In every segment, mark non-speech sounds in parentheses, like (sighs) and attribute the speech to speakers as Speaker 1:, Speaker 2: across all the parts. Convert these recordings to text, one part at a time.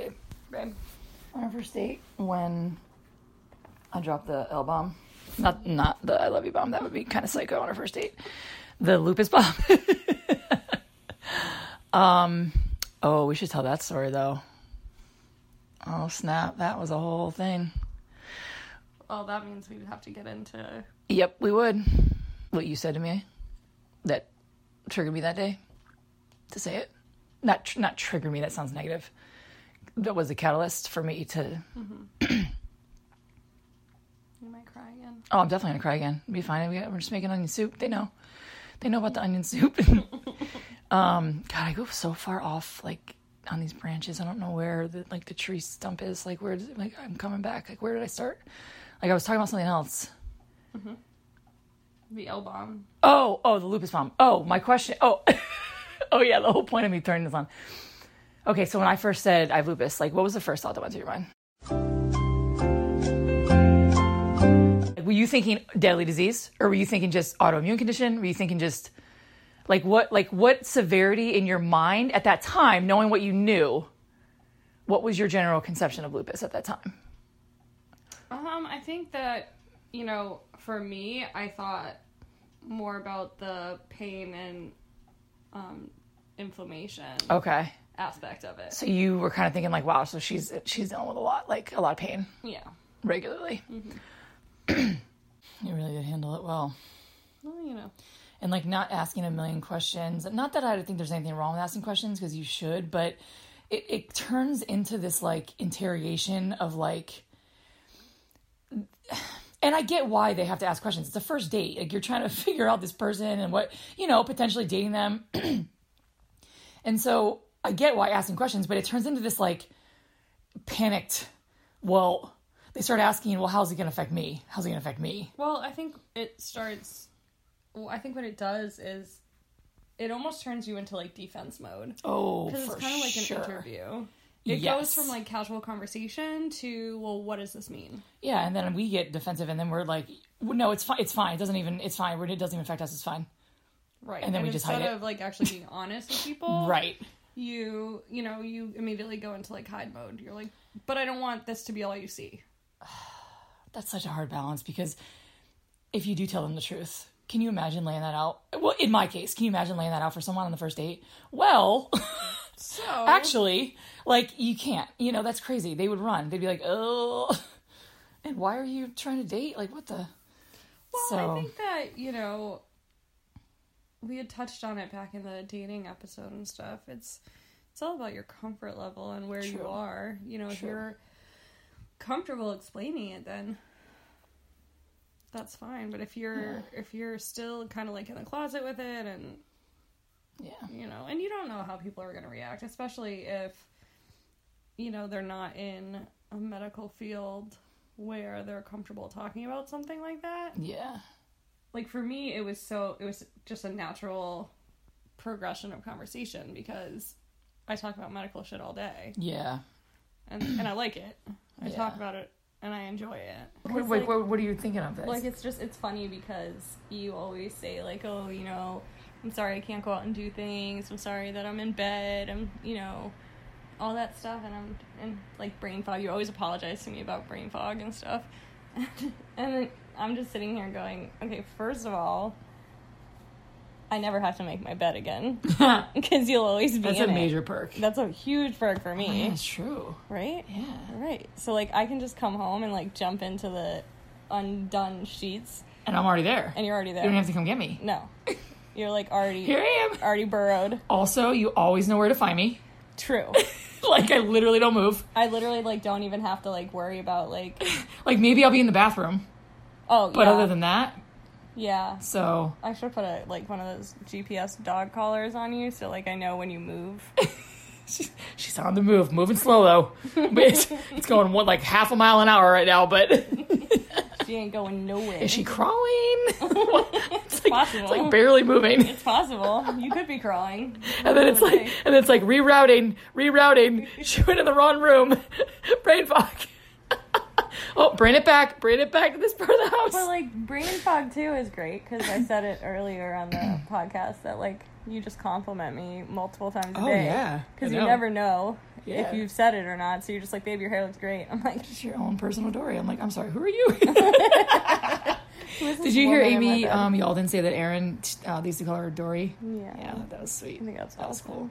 Speaker 1: babe.
Speaker 2: On our first date, when I dropped the L bomb, not not the I love you bomb. That would be kind of psycho on our first date. The lupus bomb. (laughs) um. Oh, we should tell that story though. Oh snap! That was a whole thing.
Speaker 1: Well, that means we would have to get into.
Speaker 2: Yep, we would. What you said to me that triggered me that day to say it. Not tr- not trigger me. That sounds negative. That was the catalyst for me to.
Speaker 1: You might cry again.
Speaker 2: Oh, I'm definitely gonna cry again. It'll be fine. We got, we're just making onion soup. They know. They know about the onion soup. (laughs) um, God, I go so far off like on these branches. I don't know where the like the tree stump is. Like where? Did, like I'm coming back. Like where did I start? Like I was talking about something else.
Speaker 1: The L bomb.
Speaker 2: Oh, oh, the lupus bomb. Oh, my question. Oh, (laughs) oh yeah, the whole point of me turning this on. Okay, so when I first said I have lupus, like, what was the first thought that went through your mind? Like, were you thinking deadly disease, or were you thinking just autoimmune condition? Were you thinking just like what, like what severity in your mind at that time, knowing what you knew? What was your general conception of lupus at that time?
Speaker 1: Um, I think that you know, for me, I thought more about the pain and um, inflammation
Speaker 2: Okay,
Speaker 1: aspect of it.
Speaker 2: so you were kind of thinking like, wow, so she's she's dealing with a lot, like a lot of pain.
Speaker 1: Yeah.
Speaker 2: regularly. Mm-hmm. (clears throat) you really did handle it well.
Speaker 1: Well, you know.
Speaker 2: And like not asking a million questions. Not that I don't think there's anything wrong with asking questions because you should, but it, it turns into this like interrogation of like and I get why they have to ask questions. It's the first date. Like you're trying to (laughs) figure out this person and what, you know, potentially dating them. (clears throat) and so I get why asking questions, but it turns into this like panicked, well, they start asking, well, how's it going to affect me? How's it going to affect me?
Speaker 1: Well, I think it starts. Well, I think what it does is it almost turns you into like defense mode.
Speaker 2: Oh,
Speaker 1: Because
Speaker 2: for
Speaker 1: it's kind of like
Speaker 2: sure.
Speaker 1: an interview. It
Speaker 2: Yes.
Speaker 1: goes from like casual conversation to, well, what does this mean?
Speaker 2: Yeah, and then we get defensive, and then we're like, well, no, it's fine. It's fine. It doesn't even. It's fine. We're- It doesn't even affect us. It's fine.
Speaker 1: Right.
Speaker 2: And then we just hide
Speaker 1: instead
Speaker 2: it.
Speaker 1: of like actually being honest with people,
Speaker 2: (laughs) Right.
Speaker 1: you, you know, you immediately go into like hide mode. You're like, but I don't want this to be all you see.
Speaker 2: That's such a hard balance because if you do tell them the truth, can you imagine laying that out? Well, in my case, can you imagine laying that out for someone on the first date? Well,
Speaker 1: So
Speaker 2: (laughs) actually, like you can't. You know, that's crazy. They would run. They'd be like, oh, (laughs) and why are you trying to date? Like, what the?
Speaker 1: well,
Speaker 2: so-
Speaker 1: I think that, you know, we had touched on it back in the dating episode and stuff. It's, it's all about your comfort level and where you
Speaker 2: True.
Speaker 1: are. You know, if
Speaker 2: True.
Speaker 1: you're comfortable explaining it, then that's fine. But if you're if you're still kind of like in the closet with it, and
Speaker 2: Yeah.
Speaker 1: you know, and you don't know how people are going to react, especially if you know they're not in a medical field where they're comfortable talking about something like that.
Speaker 2: Yeah.
Speaker 1: Like for me, it was so it was just a natural progression of conversation because I talk about medical shit all day
Speaker 2: Yeah.
Speaker 1: and, and I like it. I talk
Speaker 2: Yeah.
Speaker 1: about it and I enjoy it.
Speaker 2: Wait,
Speaker 1: 'Cause,
Speaker 2: wait,
Speaker 1: like,
Speaker 2: what, what are you thinking of this? (laughs)
Speaker 1: like, it's just it's funny because you always say like, oh, you know, I'm sorry I can't go out and do things. I'm sorry that I'm in bed. I'm you know, all that stuff, and I'm and like brain fog. You always apologize to me about brain fog and stuff, (laughs) and then I'm just sitting here going, okay, first of all. I never have to make my bed again (laughs)
Speaker 2: that's
Speaker 1: because you'll always be
Speaker 2: a
Speaker 1: in it.
Speaker 2: major Mm-hmm. perk.
Speaker 1: That's a huge perk for me,
Speaker 2: That's true.
Speaker 1: right?
Speaker 2: Yeah.
Speaker 1: Right. So like I can just come home and like jump into the undone sheets
Speaker 2: And I'm already there.
Speaker 1: and you're already
Speaker 2: You don't
Speaker 1: there.
Speaker 2: have to come get me.
Speaker 1: No. (laughs) You're like already
Speaker 2: Here I am.
Speaker 1: already burrowed.
Speaker 2: Also, you always know where to find me. (laughs)
Speaker 1: True.
Speaker 2: like I literally don't move.
Speaker 1: I literally like don't even have to like worry about like
Speaker 2: Like maybe I'll be in the bathroom,
Speaker 1: oh
Speaker 2: but
Speaker 1: yeah.
Speaker 2: other than that,
Speaker 1: yeah.
Speaker 2: so
Speaker 1: I should put a like one of those GPS dog collars on you so like I know when you move.
Speaker 2: she's, she's on the move, moving slow though.
Speaker 1: (laughs)
Speaker 2: But it's, it's going one like half a mile an hour right now. But (laughs)
Speaker 1: She ain't going nowhere.
Speaker 2: is she crawling? (laughs) it's, like,
Speaker 1: possible.
Speaker 2: it's like barely moving,
Speaker 1: it's possible. You could be crawling.
Speaker 2: and then it's like and then it's like rerouting, rerouting. She went in the wrong room. (laughs) brain fog. (laughs) oh, bring it back, bring it back to this part of the house.
Speaker 1: But like brain fog too is great because I said it earlier on the
Speaker 2: (clears throat)
Speaker 1: podcast that like you just compliment me multiple times a
Speaker 2: Oh,
Speaker 1: day.
Speaker 2: yeah. I
Speaker 1: because you
Speaker 2: know.
Speaker 1: never know
Speaker 2: Yeah.
Speaker 1: if you've said it or not. So you're just like, babe, your hair looks great. I'm like,
Speaker 2: It's your own personal story. I'm like, I'm sorry, who are you? (laughs)
Speaker 1: who is this
Speaker 2: Did you hear
Speaker 1: woman in my
Speaker 2: Amy
Speaker 1: bed?
Speaker 2: um, Yalden say that Aaron t- uh, they used to call her Dory?
Speaker 1: yeah.
Speaker 2: Yeah, that was sweet.
Speaker 1: I think that's
Speaker 2: that was
Speaker 1: awesome.
Speaker 2: cool.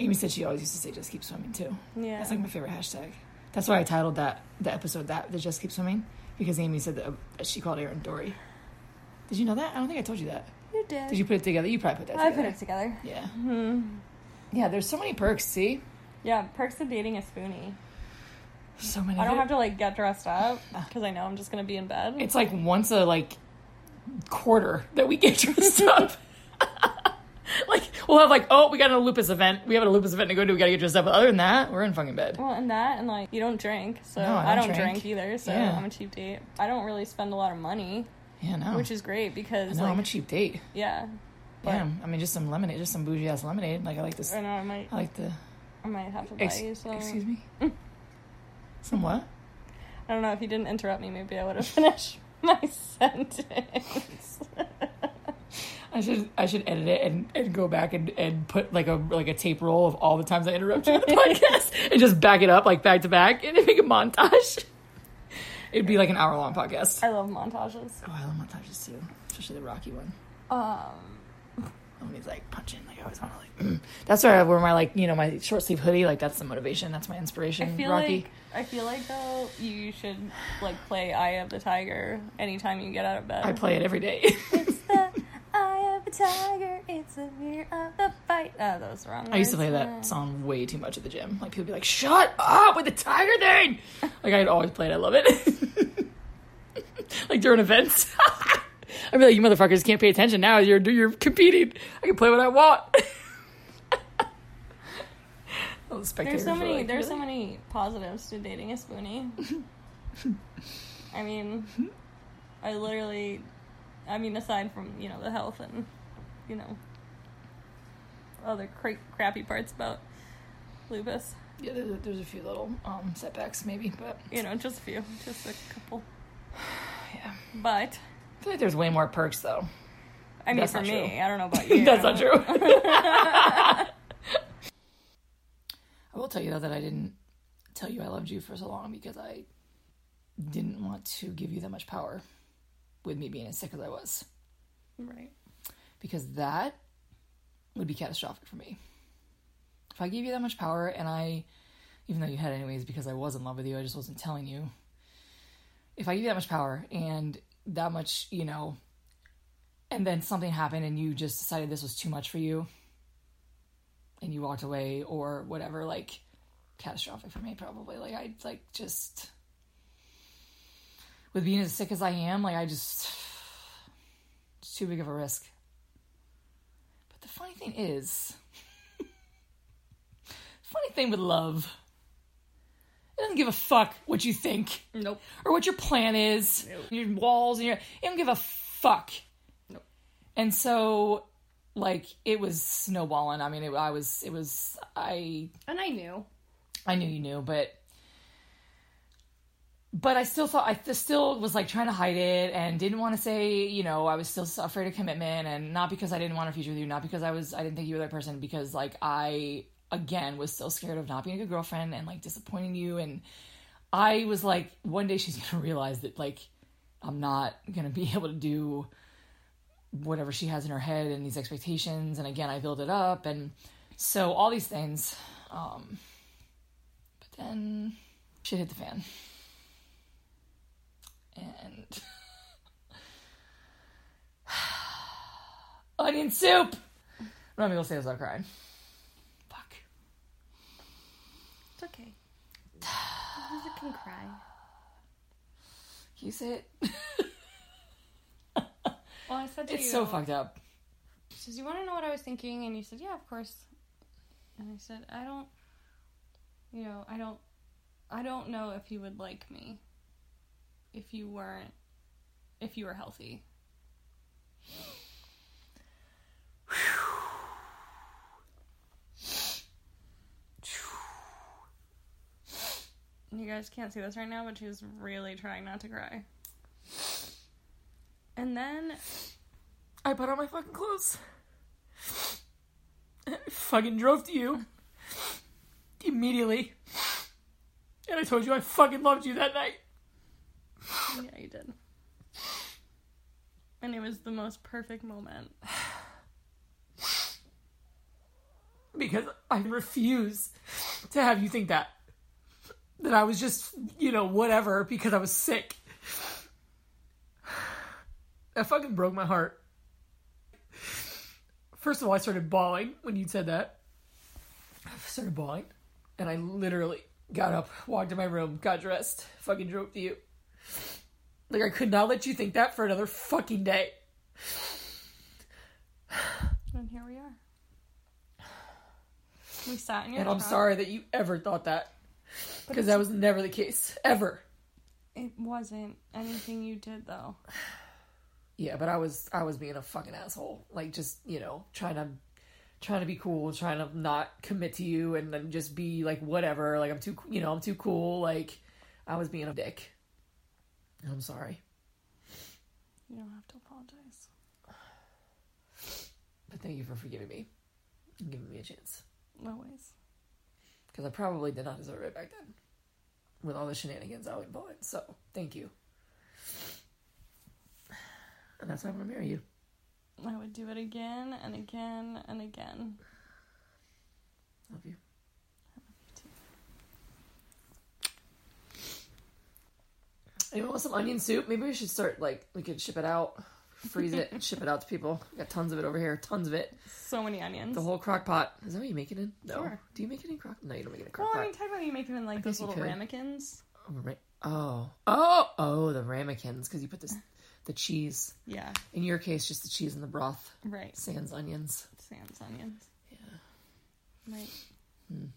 Speaker 2: Amy said she always used to say "just keep swimming" too.
Speaker 1: Yeah.
Speaker 2: That's like my favorite hashtag. That's why I titled that the episode that the "just keep swimming" because Amy said that uh, she called Aaron Dory. Did you know that? I don't think I told you that.
Speaker 1: you did.
Speaker 2: Did you put it together? You probably put that.
Speaker 1: I
Speaker 2: Together.
Speaker 1: put it together.
Speaker 2: Yeah.
Speaker 1: Hmm.
Speaker 2: Yeah. There's so many perks. See,
Speaker 1: Yeah, perks of dating is spoonie.
Speaker 2: so many.
Speaker 1: I don't
Speaker 2: of it. Ah.
Speaker 1: have to like get dressed up because I know I'm just gonna be in bed.
Speaker 2: It's like once a like quarter that we get (laughs) dressed up. like we'll have like, oh, we got a lupus event. We have a lupus event to go to. We gotta get dressed up. But other than that, we're in fucking bed.
Speaker 1: well, and that, and like you don't drink, so
Speaker 2: No,
Speaker 1: I don't, drink. either. So
Speaker 2: Yeah.
Speaker 1: I'm a cheap date. I don't really spend a lot of money,
Speaker 2: Yeah, no.
Speaker 1: which is great because
Speaker 2: no,
Speaker 1: like,
Speaker 2: I'm a cheap date.
Speaker 1: yeah, but-
Speaker 2: Yeah, I mean just some lemonade, just some bougie ass lemonade. Like I like this.
Speaker 1: I know I might
Speaker 2: I like the.
Speaker 1: I might have to buy
Speaker 2: Ex-
Speaker 1: you some.
Speaker 2: excuse
Speaker 1: (laughs)
Speaker 2: me. some what?
Speaker 1: I don't know if you didn't interrupt me, maybe I would have (laughs) finished my sentence.
Speaker 2: I should I should edit it and, and go back and, and put like a like a tape roll of all the times I interrupt (laughs) you on the podcast and just back it up like back to back and make a montage. It'd be like an hour long podcast.
Speaker 1: I love montages.
Speaker 2: Oh, I love montages too, especially the Rocky one.
Speaker 1: Um,
Speaker 2: When he's like punching, like I always want to like. (clears throat) that's where I wear my like you know my short sleeve hoodie. Like that's the motivation. That's my inspiration.
Speaker 1: I feel
Speaker 2: Rocky.
Speaker 1: like I feel like though you should like play Eye of the Tiger anytime you get out of bed.
Speaker 2: I play it every day.
Speaker 1: It's (laughs) the eye of a tiger. It's the fear of the fight. Oh, that was the wrong.
Speaker 2: I used to play
Speaker 1: words.
Speaker 2: that
Speaker 1: Uh,
Speaker 2: song way too much at the gym. Like people be like, "Shut up with the tiger thing!" Like I'd always play it. I love it. (laughs) like during events, (laughs) I'd be like, "You motherfuckers can't pay attention now. You're you're competing. I can play what I want." (laughs) All the
Speaker 1: There's
Speaker 2: spectators
Speaker 1: so
Speaker 2: were
Speaker 1: many.
Speaker 2: like,
Speaker 1: there's so
Speaker 2: "Really?"
Speaker 1: many positives to dating a spoonie.
Speaker 2: (laughs)
Speaker 1: I mean, I literally. I mean, aside from you know the health and, you know, other cra- crappy parts about lupus,
Speaker 2: Yeah, there's a, there's a few little um, setbacks maybe, but
Speaker 1: you know, just a few, just a couple.
Speaker 2: yeah.
Speaker 1: But
Speaker 2: I feel like there's way more perks though.
Speaker 1: I mean,
Speaker 2: That's
Speaker 1: for
Speaker 2: not
Speaker 1: me,
Speaker 2: true.
Speaker 1: I don't
Speaker 2: (laughs)
Speaker 1: know about you.
Speaker 2: That's not true. I will tell you though that I didn't tell you I loved you for so long because I didn't want to give you that much power with me being as sick as I was
Speaker 1: Right.
Speaker 2: because that would be catastrophic for me. If I gave you that much power and I, even though you had anyways, because I was in love with you, I just wasn't telling you. If I give you that much power and that much, you know, and then something happened and you just decided this was too much for you and you walked away or whatever, like catastrophic for me probably. Like I like just with being as sick as I am, like I just it's too big of a risk. But the funny thing is, funny thing with love, it doesn't give a fuck what you think
Speaker 1: Nope.
Speaker 2: or what your plan is, your walls, and your. It don't give a fuck.
Speaker 1: Nope.
Speaker 2: And so, like, it was snowballing. I mean, it, I was, it was, I
Speaker 1: And I knew.
Speaker 2: I knew you knew, but but I still thought I th- still was like trying to hide it and didn't want to say, you know, I was still so afraid of commitment and not because I didn't want a future with you, not because I was I didn't think you were that person because like I again was still scared of not being a good girlfriend and like disappointing you and I was like one day she's (laughs) going to realize that like I'm not going to be (laughs) able to do whatever she has in her head and these expectations and again I built it up and so all these things um but then shit hit the fan. And (sighs) onion soup. I'm not even gonna say this without crying. Fuck.
Speaker 1: It's (sighs) okay. I can cry.
Speaker 2: Can you say it?
Speaker 1: Well, I said to
Speaker 2: It's
Speaker 1: you,
Speaker 2: so fucked up.
Speaker 1: She says, "You want to know what I was thinking?" And you said, "Yeah, of course." And I said, "I don't, you know, I don't, I don't know if you would like me if you weren't, if you were healthy." You guys can't see this right now, but she was really trying not to cry. And then
Speaker 2: I put on my fucking (laughs) clothes. I fucking drove to you.
Speaker 3: immediately. And I told you I fucking loved you that night.
Speaker 1: Yeah, you did. And it was the most perfect moment.
Speaker 3: because I refuse to have you think that that I was just you know whatever because I was sick. That fucking broke my heart. First of all, I started bawling when you said that. I started bawling, and I literally got up, walked to my room, got dressed, fucking drove to you. Like I could not let you think that for another fucking day.
Speaker 1: And here we are. We sat in your
Speaker 3: And I'm
Speaker 1: truck.
Speaker 3: sorry that you ever thought that. Because that was never the case. Ever.
Speaker 1: It wasn't anything you did though.
Speaker 3: Yeah, but I was I was being a fucking asshole. Like just, you know, trying to trying to be cool, trying to not commit to you and then just be like whatever, like I'm too you know, I'm too cool, like I was being a dick. And I'm sorry.
Speaker 1: You don't have to apologize.
Speaker 3: But thank you for forgiving me and giving me a chance.
Speaker 1: Always.
Speaker 3: Because I probably did not deserve it back then. With all the shenanigans I was involved in. So thank you. And that's why I'm gonna marry you.
Speaker 1: I would do it again and again and again.
Speaker 3: Love you. Anyone want some onion soup? Maybe we should start like we could ship it out, freeze it,
Speaker 1: (laughs)
Speaker 3: and ship it out to people. We got tons of it over here, tons of it.
Speaker 1: So many onions.
Speaker 3: The whole crock pot. Is that what you make it in? No.
Speaker 1: Sure.
Speaker 3: Do you make it in crock? No, you don't make it in
Speaker 1: well,
Speaker 3: crock
Speaker 1: I mean,
Speaker 3: pot.
Speaker 1: technically you make them in like
Speaker 3: guess
Speaker 1: those
Speaker 3: you
Speaker 1: little
Speaker 3: could.
Speaker 1: ramekins.
Speaker 3: Oh, right. Oh, oh, oh, the ramekins because you put this, the cheese.
Speaker 1: Yeah,
Speaker 3: In your case, just the cheese and the broth,
Speaker 1: right.
Speaker 3: sans onions.
Speaker 1: Sam's onions.
Speaker 3: Yeah. Hmm.
Speaker 1: Right.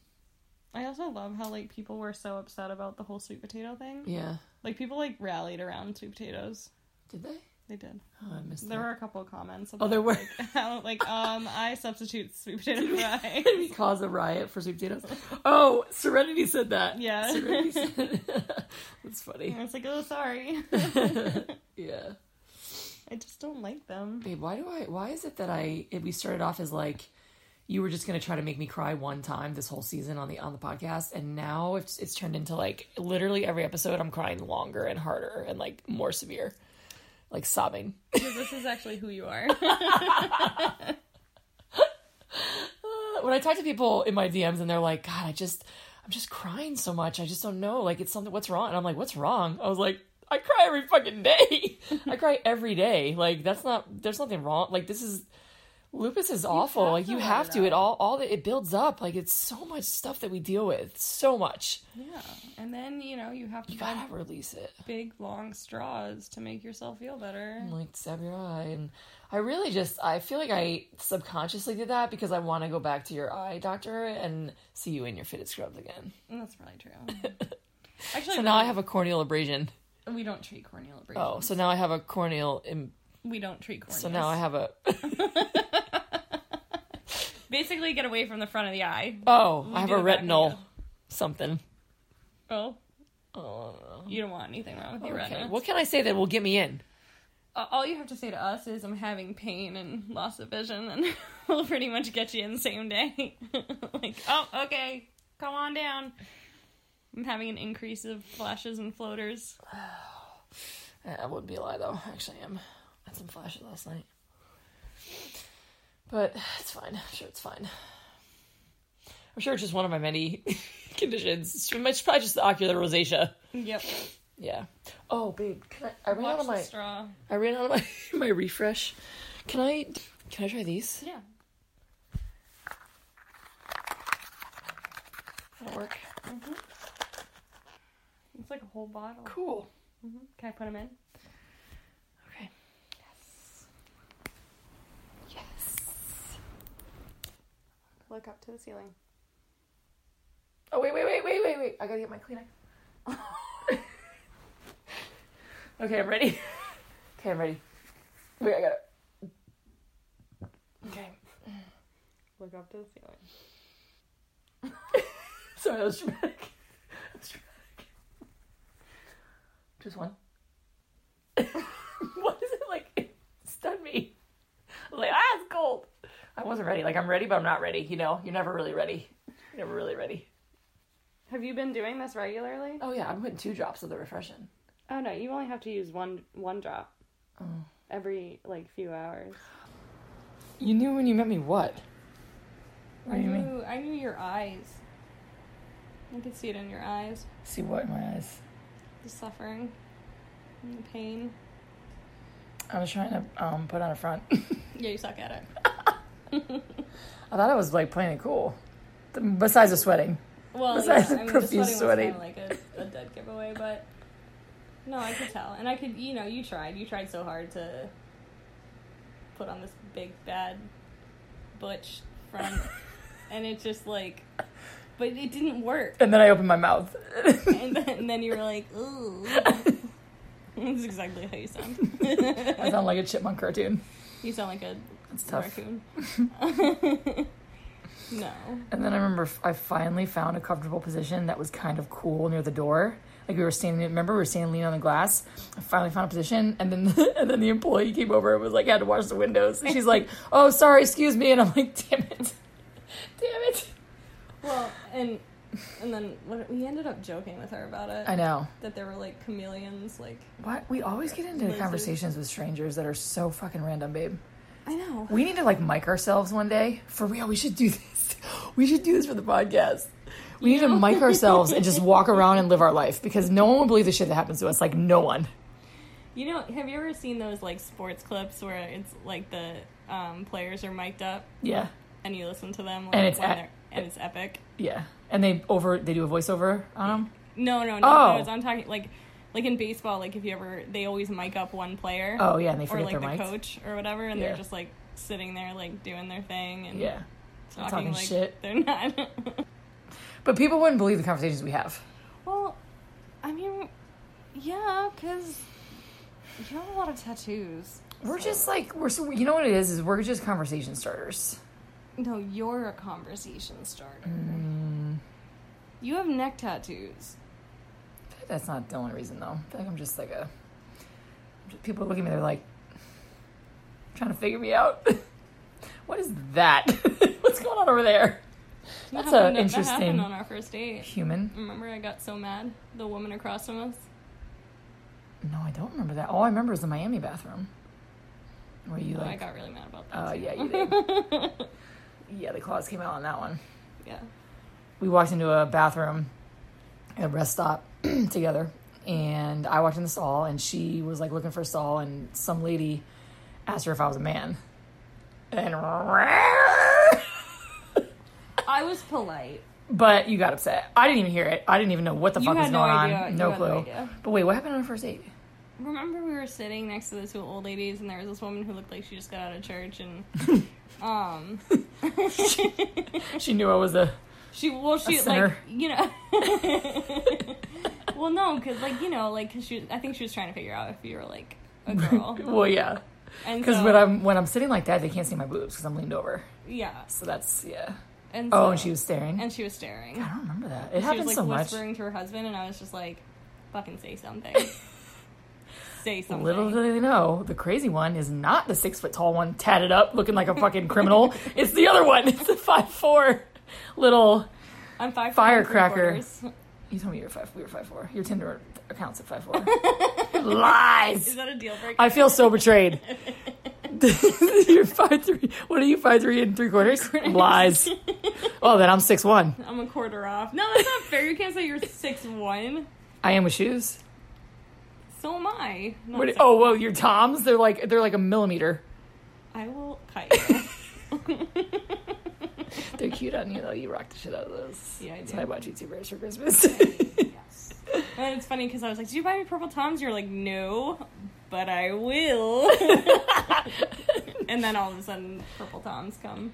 Speaker 1: I also love how like people were so upset about the whole sweet potato thing.
Speaker 3: Yeah.
Speaker 1: Like people like rallied around sweet potatoes.
Speaker 3: Did they?
Speaker 1: They did.
Speaker 3: Oh, I missed
Speaker 1: There
Speaker 3: that.
Speaker 1: were a couple of comments. About,
Speaker 3: Oh, there were.
Speaker 1: like, (laughs) how, like um, I substitute sweet potato
Speaker 3: (laughs)
Speaker 1: pie.
Speaker 3: Did we cause a riot for sweet potatoes? Oh, Serenity said that.
Speaker 1: Yeah.
Speaker 3: Serenity said (laughs) That's funny.
Speaker 1: And (laughs) it's like, oh,
Speaker 3: (laughs)
Speaker 1: sorry.
Speaker 3: Yeah.
Speaker 1: I just don't like them.
Speaker 3: Babe, why do I why is it that I if we started off as like you were just gonna try to make me cry one time this whole season on the on the podcast, and now it's it's turned into like literally every episode I'm crying longer and harder and like more severe. Like sobbing.
Speaker 1: Because this is actually who you
Speaker 3: (laughs)
Speaker 1: are.
Speaker 3: when I talk to people in my DMs and they're like, God, I just, I'm just crying so much. I just don't know. Like, it's something, what's wrong? And I'm like, what's wrong? I was like, I cry every fucking day. (laughs) I cry every day. Like, that's not, there's nothing wrong. Like, this is, lupus is awful.
Speaker 1: have
Speaker 3: Like,
Speaker 1: to
Speaker 3: you
Speaker 1: let
Speaker 3: have
Speaker 1: it
Speaker 3: to. It
Speaker 1: out.
Speaker 3: all, all that, it builds up. Like, it's so much stuff that we deal with. So much.
Speaker 1: (laughs) yeah. And then, you know, you have to
Speaker 3: You
Speaker 1: buy
Speaker 3: gotta release it.
Speaker 1: big, long straws to make yourself feel better.
Speaker 3: and, like stab your eye and i really just i feel like i subconsciously did that because i want to go back to your eye doctor and see you in your fitted scrubs again
Speaker 1: And that's probably true.
Speaker 3: (laughs)
Speaker 1: Actually,
Speaker 3: so now i have a corneal abrasion
Speaker 1: we don't treat corneal abrasions.
Speaker 3: oh so now i have a corneal Im-
Speaker 1: We don't treat corneas.
Speaker 3: so now i have a
Speaker 1: Basically, get away from the front of the eye. (laughs)
Speaker 3: oh
Speaker 1: We
Speaker 3: i have
Speaker 1: do
Speaker 3: a
Speaker 1: the back
Speaker 3: retinal
Speaker 1: again.
Speaker 3: something
Speaker 1: Oh,
Speaker 3: oh
Speaker 1: you don't want anything wrong with your
Speaker 3: okay
Speaker 1: retina.
Speaker 3: what can i say that will get me in
Speaker 1: Uh, All you have to say to us is, "I'm having pain and loss of vision," and (laughs) we'll pretty much get you in the same day. (laughs) like, oh, okay, come on down. I'm having an increase of flashes and floaters.
Speaker 3: Eh, that wouldn't be a lie though actually i am I had some flashes last night but it's fine i'm sure it's fine i'm sure it's just one of my many (laughs) conditions it's it's probably just the ocular rosacea
Speaker 1: Yep.
Speaker 3: yeah oh babe can i, I ran out
Speaker 1: Watch
Speaker 3: of
Speaker 1: the
Speaker 3: my
Speaker 1: straw.
Speaker 3: i ran out of my my (laughs) refresh can i can i try these
Speaker 1: Yeah.
Speaker 3: that'll work
Speaker 1: It's like a whole bottle.
Speaker 3: cool
Speaker 1: Mhm. Can I put them in?
Speaker 3: okay yes
Speaker 1: Look up to the ceiling.
Speaker 3: oh wait wait wait wait wait wait i gotta get my kleenex
Speaker 2: (laughs)
Speaker 3: okay i'm ready okay i'm ready wait i got it okay
Speaker 1: Look up to the ceiling.
Speaker 3: Sorry, that was dramatic. That was dramatic. Just one. (laughs) what is it like? It stunned me. I was like, ah, it's cold. I wasn't ready. Like, I'm ready, but I'm not ready. You know, you're never really ready. You're never really ready.
Speaker 1: Have you been doing this regularly?
Speaker 2: Oh yeah, I'm putting two drops of the refreshing.
Speaker 1: Oh no, you only have to use one one drop
Speaker 2: Oh.
Speaker 1: every like few hours.
Speaker 2: You knew when you met me what? What
Speaker 1: I
Speaker 2: do you
Speaker 1: knew
Speaker 2: mean?
Speaker 1: I knew your eyes. I could see it in your eyes,
Speaker 2: See what in my eyes?
Speaker 1: the suffering, and the pain.
Speaker 2: I was trying to um, put on a front.
Speaker 1: Yeah, you suck at it.
Speaker 2: I thought I was like playing it cool. Th- Besides the sweating.
Speaker 1: Well,
Speaker 2: Besides
Speaker 1: yeah, I mean, the sweating
Speaker 2: profuse
Speaker 1: was kind
Speaker 2: sweating.
Speaker 1: of like a, a dead giveaway, but no, I could tell, and I could, you know, you tried, you tried so hard to put on this big bad butch front,
Speaker 2: (laughs)
Speaker 1: and it just like, but it didn't work,
Speaker 2: And then I opened my mouth. (laughs)
Speaker 1: and then, and then you were like, ooh, that's exactly how you sound.
Speaker 2: (laughs) I sound like a chipmunk cartoon.
Speaker 1: you sound like a
Speaker 2: It's tough. (laughs)
Speaker 1: raccoon. no,
Speaker 2: And then I remember f- I finally found a comfortable position that was kind of cool near the door. Like we were standing, remember we were standing leaning on the glass. I finally found a position, and then (laughs) and then the employee came over and was like, I had to wash the windows. And she's like, "Oh, sorry, excuse me." And I'm like, "Damn it, damn it."
Speaker 1: well, and and then what, we ended up joking with her about it.
Speaker 2: I know.
Speaker 1: that there were like chameleons. Like
Speaker 2: What we always get into
Speaker 1: Lizards.
Speaker 2: conversations with strangers that are so fucking random, babe.
Speaker 1: I know.
Speaker 2: We need to like mic ourselves one day. For real, we should do this. (laughs) We should do this for the podcast. We need to mic ourselves and just walk around and live our life because no one will believe the shit that happens to us. Like no one.
Speaker 1: You know, have you ever seen those like sports clips where it's like the um, players are mic'd up
Speaker 2: Yeah.
Speaker 1: and you listen to them like,
Speaker 2: And it's e-
Speaker 1: when
Speaker 2: ep-
Speaker 1: they're- and it's epic.
Speaker 2: Yeah. And they over they do a voiceover on them.
Speaker 1: No, no, no.
Speaker 2: Oh.
Speaker 1: no it's- I'm talking like like in baseball. Like if you ever they always mic up one player
Speaker 2: Oh yeah, and they
Speaker 1: or
Speaker 2: forget
Speaker 1: like the
Speaker 2: their mics.
Speaker 1: coach or whatever, and
Speaker 2: Yeah.
Speaker 1: they're just like sitting there like doing their thing and
Speaker 2: Yeah.
Speaker 1: talking,
Speaker 2: Talking
Speaker 1: like
Speaker 2: shit.
Speaker 1: they're not. (laughs)
Speaker 2: But people wouldn't believe the conversations we have.
Speaker 1: well, I mean, yeah, because you have a lot of tattoos.
Speaker 2: We're just like we're so you know what it is is we're just conversation starters.
Speaker 1: No, you're a conversation starter.
Speaker 2: Mm.
Speaker 1: You have neck tattoos.
Speaker 2: That's not the only reason though. I feel like I'm just like a people look at me they're like trying to figure me out. (laughs) what is that? (laughs) What's going on over there?
Speaker 1: That
Speaker 2: That's an
Speaker 1: happened- That happened on
Speaker 2: interesting
Speaker 1: our first date.
Speaker 2: human.
Speaker 1: Remember, I got so mad. The woman across from us.
Speaker 2: No, I don't remember that. All I remember is the Miami bathroom. Where you
Speaker 1: Oh, I
Speaker 2: like
Speaker 1: got really mad about (laughs) that.
Speaker 2: Oh
Speaker 1: too.
Speaker 2: yeah, you did.
Speaker 1: (laughs)
Speaker 2: yeah, the claws came out on that one.
Speaker 1: yeah.
Speaker 2: we walked into a bathroom at a rest stop (clears throat) together and i walked in the stall and she was like looking for a stall and some lady asked her if i was a man and (laughs)
Speaker 1: I was polite.
Speaker 2: but you got upset i didn't even hear it i didn't even know what the
Speaker 1: You
Speaker 2: fuck
Speaker 1: had
Speaker 2: was
Speaker 1: no
Speaker 2: going
Speaker 1: idea.
Speaker 2: on
Speaker 1: You
Speaker 2: no
Speaker 1: had
Speaker 2: clue
Speaker 1: no idea.
Speaker 2: but wait what happened on our first date
Speaker 1: Remember, we were sitting next to the two old ladies, and there was this woman who looked like she just got out of
Speaker 2: (laughs)
Speaker 1: church, and um,
Speaker 2: she knew i was a
Speaker 1: She well, she like
Speaker 2: sinner.
Speaker 1: you know. (laughs) well, no, because like you know, like 'cause she, I think she was trying to figure out if you were like
Speaker 2: (laughs)
Speaker 1: a girl,
Speaker 2: well yeah
Speaker 1: and
Speaker 2: because
Speaker 1: so
Speaker 2: when i'm when i'm sitting like that they can't see my boobs because i'm leaned over
Speaker 1: yeah,
Speaker 2: so that's yeah
Speaker 1: and
Speaker 2: oh
Speaker 1: so-
Speaker 2: and she was staring
Speaker 1: and she was staring.
Speaker 2: i don't remember that it
Speaker 1: she was
Speaker 2: happened
Speaker 1: like
Speaker 2: so much
Speaker 1: whispering to her husband, and I was just like, "Fucking
Speaker 2: (laughs)
Speaker 1: say something, say something."
Speaker 2: Little do they know, the crazy one is not the six foot tall one tatted up looking like a fucking
Speaker 1: (laughs)
Speaker 2: criminal. it's the other one. It's the five four little.
Speaker 1: I'm five foot and three
Speaker 2: firecracker.
Speaker 1: quarters.
Speaker 2: You told me you were five. We were five four. Your Tinder account's at five
Speaker 1: (laughs)
Speaker 2: four. Lies.
Speaker 1: Is that a deal breaker?
Speaker 2: I feel so betrayed. (laughs) You're five three. What are you five three and three quarters?
Speaker 1: (laughs)
Speaker 2: Lies. Oh, then I'm six one.
Speaker 1: I'm a quarter off. No, that's not fair. You can't say you're six one.
Speaker 2: I am with shoes.
Speaker 1: So am I. Not
Speaker 2: What,
Speaker 1: so-
Speaker 2: oh, whoa, your toms. They're like they're like a millimeter.
Speaker 1: I will
Speaker 2: (laughs)
Speaker 1: cut you.
Speaker 2: They're cute on you though. You rock the shit out of those.
Speaker 1: Yeah, I
Speaker 2: That's
Speaker 1: do.
Speaker 2: why I bought you two bears for Christmas. (laughs)
Speaker 1: And it's funny because I was like, "Did you buy me purple toms?" You're like, "No, but I will."
Speaker 2: (laughs)
Speaker 1: and then all of a sudden, purple toms come.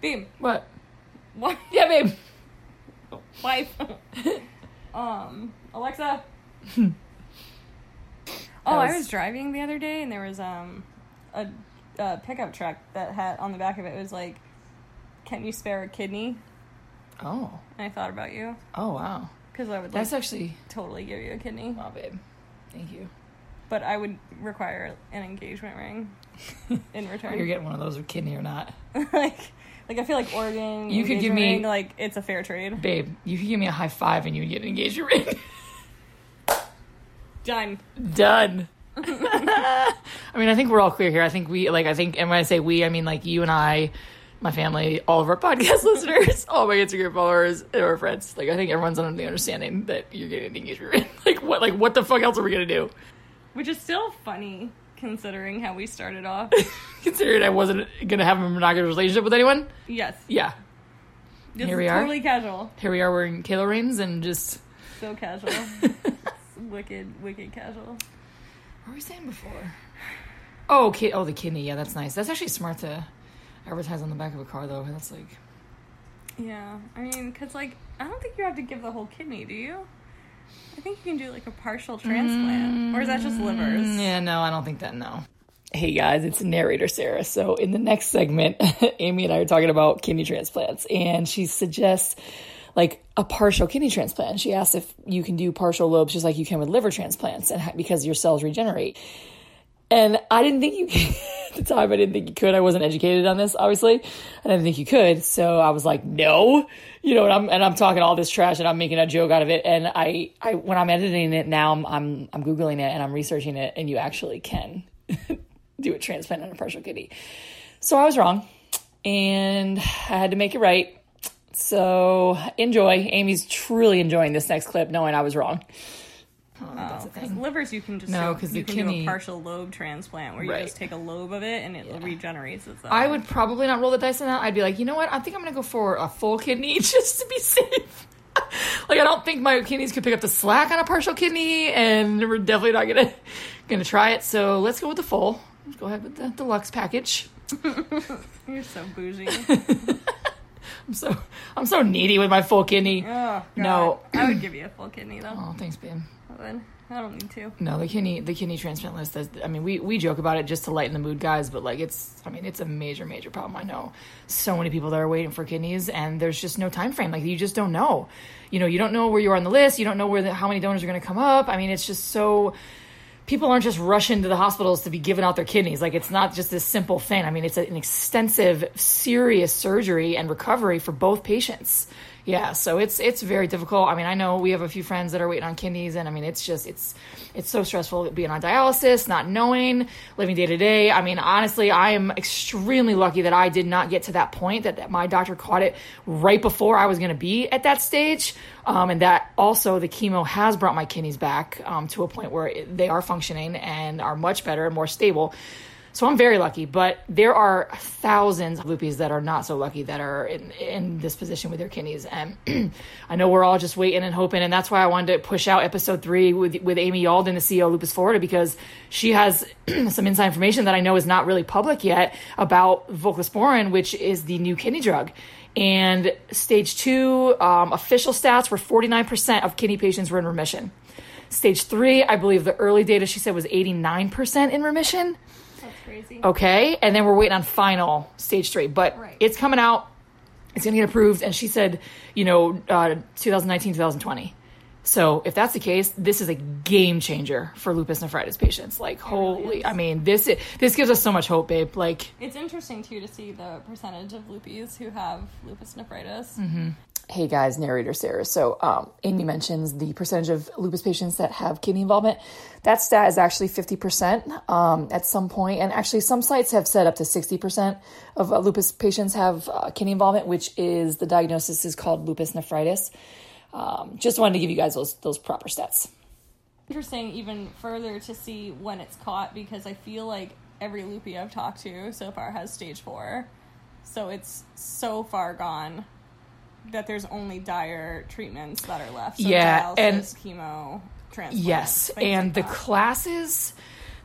Speaker 1: Beam,
Speaker 2: what? (laughs)
Speaker 1: why,
Speaker 2: Yeah, babe.
Speaker 1: wife, um,
Speaker 2: (laughs)
Speaker 1: Alexa. oh,
Speaker 2: was-
Speaker 1: I was driving the other day, and there was um a, a pickup truck that had on the back of it was like, "Can you spare a kidney?"
Speaker 2: Oh.
Speaker 1: And I thought about you
Speaker 2: Oh wow.
Speaker 1: because I would like,
Speaker 2: That's actually
Speaker 1: totally give you a kidney,
Speaker 2: wow, babe. Thank (laughs) you.
Speaker 1: but I would require an engagement ring (laughs) in return.
Speaker 2: You're getting one of those with kidney or not?
Speaker 1: like Like I feel like Oregon.
Speaker 2: You could give
Speaker 1: engagement
Speaker 2: me-
Speaker 1: ring, like it's a fair trade.
Speaker 2: Babe, you could give me a high five and you would get an engagement (laughs) ring.
Speaker 1: Done.
Speaker 2: (laughs) Done. I mean, I think we're all clear here. I think we, like, I think, and when I say we, I mean, like, you and I, my family, all of our (laughs) podcast listeners, all my Instagram followers, and our friends. Like, I think everyone's under the understanding that you're getting an engagement ring. (laughs) Like, what, like, what the fuck else are we gonna do?
Speaker 1: Which is still funny considering how we
Speaker 2: (laughs)
Speaker 1: started off.
Speaker 2: Considering I wasn't gonna have a monogamous relationship with anyone.
Speaker 1: yes.
Speaker 2: Yeah.
Speaker 1: This
Speaker 2: Here
Speaker 1: is
Speaker 2: we are.
Speaker 1: Totally casual.
Speaker 2: Here we are wearing Kayla rings and (laughs) just.
Speaker 1: So casual. (laughs)
Speaker 2: what
Speaker 1: wicked, wicked casual.
Speaker 2: were we saying before? Oh, ki- oh, the kidney. Yeah, that's nice. That's actually smart to advertise on the back of a car, though. That's like.
Speaker 1: Yeah. I mean, because, like, I don't think you have to give the whole kidney, do you? I think you can do, like, a partial transplant. Or is that just livers?
Speaker 2: Mm, Yeah, no, I don't think that, no. Hey guys, it's narrator Sarah. So, in the next segment, (laughs) Amy and I are talking about kidney transplants, and she suggests like a partial kidney transplant. She asks if you can do partial lobes just like you can with liver transplants and ha- because your cells regenerate. And I didn't think you (laughs) could, at the time, I didn't think you could. I wasn't educated on this, obviously. I didn't think you could. So I was like, no, you know, and I'm, and I'm talking all this trash and I'm making a joke out of it. And I, I, when I'm editing it now, I'm, I'm, I'm Googling it and I'm researching it and you actually can (laughs) do a transplant on a partial kidney. So I was wrong and I had to make it right. So enjoy. Amy's truly enjoying this next clip knowing I was wrong. Oh, that's a
Speaker 1: Because
Speaker 2: thing.
Speaker 1: livers, you can just
Speaker 2: No,
Speaker 1: do,
Speaker 2: 'cause
Speaker 1: you
Speaker 2: the
Speaker 1: can do
Speaker 2: kidney-
Speaker 1: a partial lobe transplant where you
Speaker 2: Right.
Speaker 1: just take a lobe of it and it regenerates itself.
Speaker 2: I would probably not roll the dice on that. I'd be like, you know what? I think I'm gonna go for a full kidney (laughs) just to be safe. (laughs) like I don't think my kidneys could pick up the slack on a partial kidney, and we're definitely not gonna (laughs) gonna try it. So let's go with the full. Let's go ahead with the deluxe package.
Speaker 1: You're so
Speaker 2: (laughs)
Speaker 1: bougie. Oh,
Speaker 2: I'm so (laughs) I'm so needy with my full kidney.
Speaker 1: oh,
Speaker 2: No.
Speaker 1: God. I would give you a full kidney, though.
Speaker 2: Oh, thanks, babe.
Speaker 1: I would. I don't need to.
Speaker 2: No, the kidney the kidney transplant list. Is, I mean, we we joke about it just to lighten the mood, guys. But like, it's I mean, it's a major major problem. I know so many people that are waiting for kidneys, and there's just no time frame. Like, you just don't know. You know, you don't know where you are on the list. You don't know where the, how many donors are going to come up. I mean, it's just so. People aren't just rushing to the hospitals to be giving out their kidneys. Like, it's not just this simple thing. I mean, it's an extensive, serious surgery and recovery for both patients. Yeah, so it's it's very difficult. I mean, I know we have a few friends that are waiting on kidneys, and I mean, it's just it's it's so stressful being on dialysis, not knowing, living day to day. I mean, honestly, I am extremely lucky that I did not get to that point that, that my doctor caught it right before I was going to be at that stage, um, and that also the chemo has brought my kidneys back um, to a point where it, they are functioning and are much better and more stable. So I'm very lucky, but there are thousands of loopies that are not so lucky that are in, in this position with their kidneys. And (clears throat) I know we're all just waiting and hoping, and that's why I wanted to push out episode three with with Amy Yalden, the CEO of Lupus Florida, because she has (clears throat) some inside information that I know is not really public yet about voclosporin, which is the new kidney drug. And stage two um, official stats were 49% of kidney patients were in remission. Stage three, I believe the early data she said was 89% in remission.
Speaker 1: That's crazy.
Speaker 2: Oh. Okay. And then we're waiting on final stage three, but
Speaker 1: Right.
Speaker 2: it's coming out. It's going to get approved. And she said, you know, uh, 2019, 2020. So if that's the case, this is a game changer for lupus nephritis patients. Like, holy, I mean, this, this gives us so much hope, babe. Like,
Speaker 1: It's interesting too to see the percentage of loopies who have lupus nephritis.
Speaker 2: Hey guys, narrator Sarah. So, um, Amy mentions the percentage of lupus patients that have kidney involvement. That stat is actually 50% um, at some point, and actually, some sites have said up to 60% of uh, lupus patients have uh, kidney involvement, which is the diagnosis is called lupus nephritis. Um, just wanted to give you guys those those proper stats.
Speaker 1: Interesting even further to see when it's caught because I feel like every loopy I've talked to so far has stage four, so it's so far gone that there's only dire treatments that are left. So
Speaker 2: Yeah,
Speaker 1: dialysis,
Speaker 2: and-
Speaker 1: chemo, transplant.
Speaker 2: Yes,
Speaker 1: things
Speaker 2: and
Speaker 1: like
Speaker 2: the
Speaker 1: that.
Speaker 2: classes,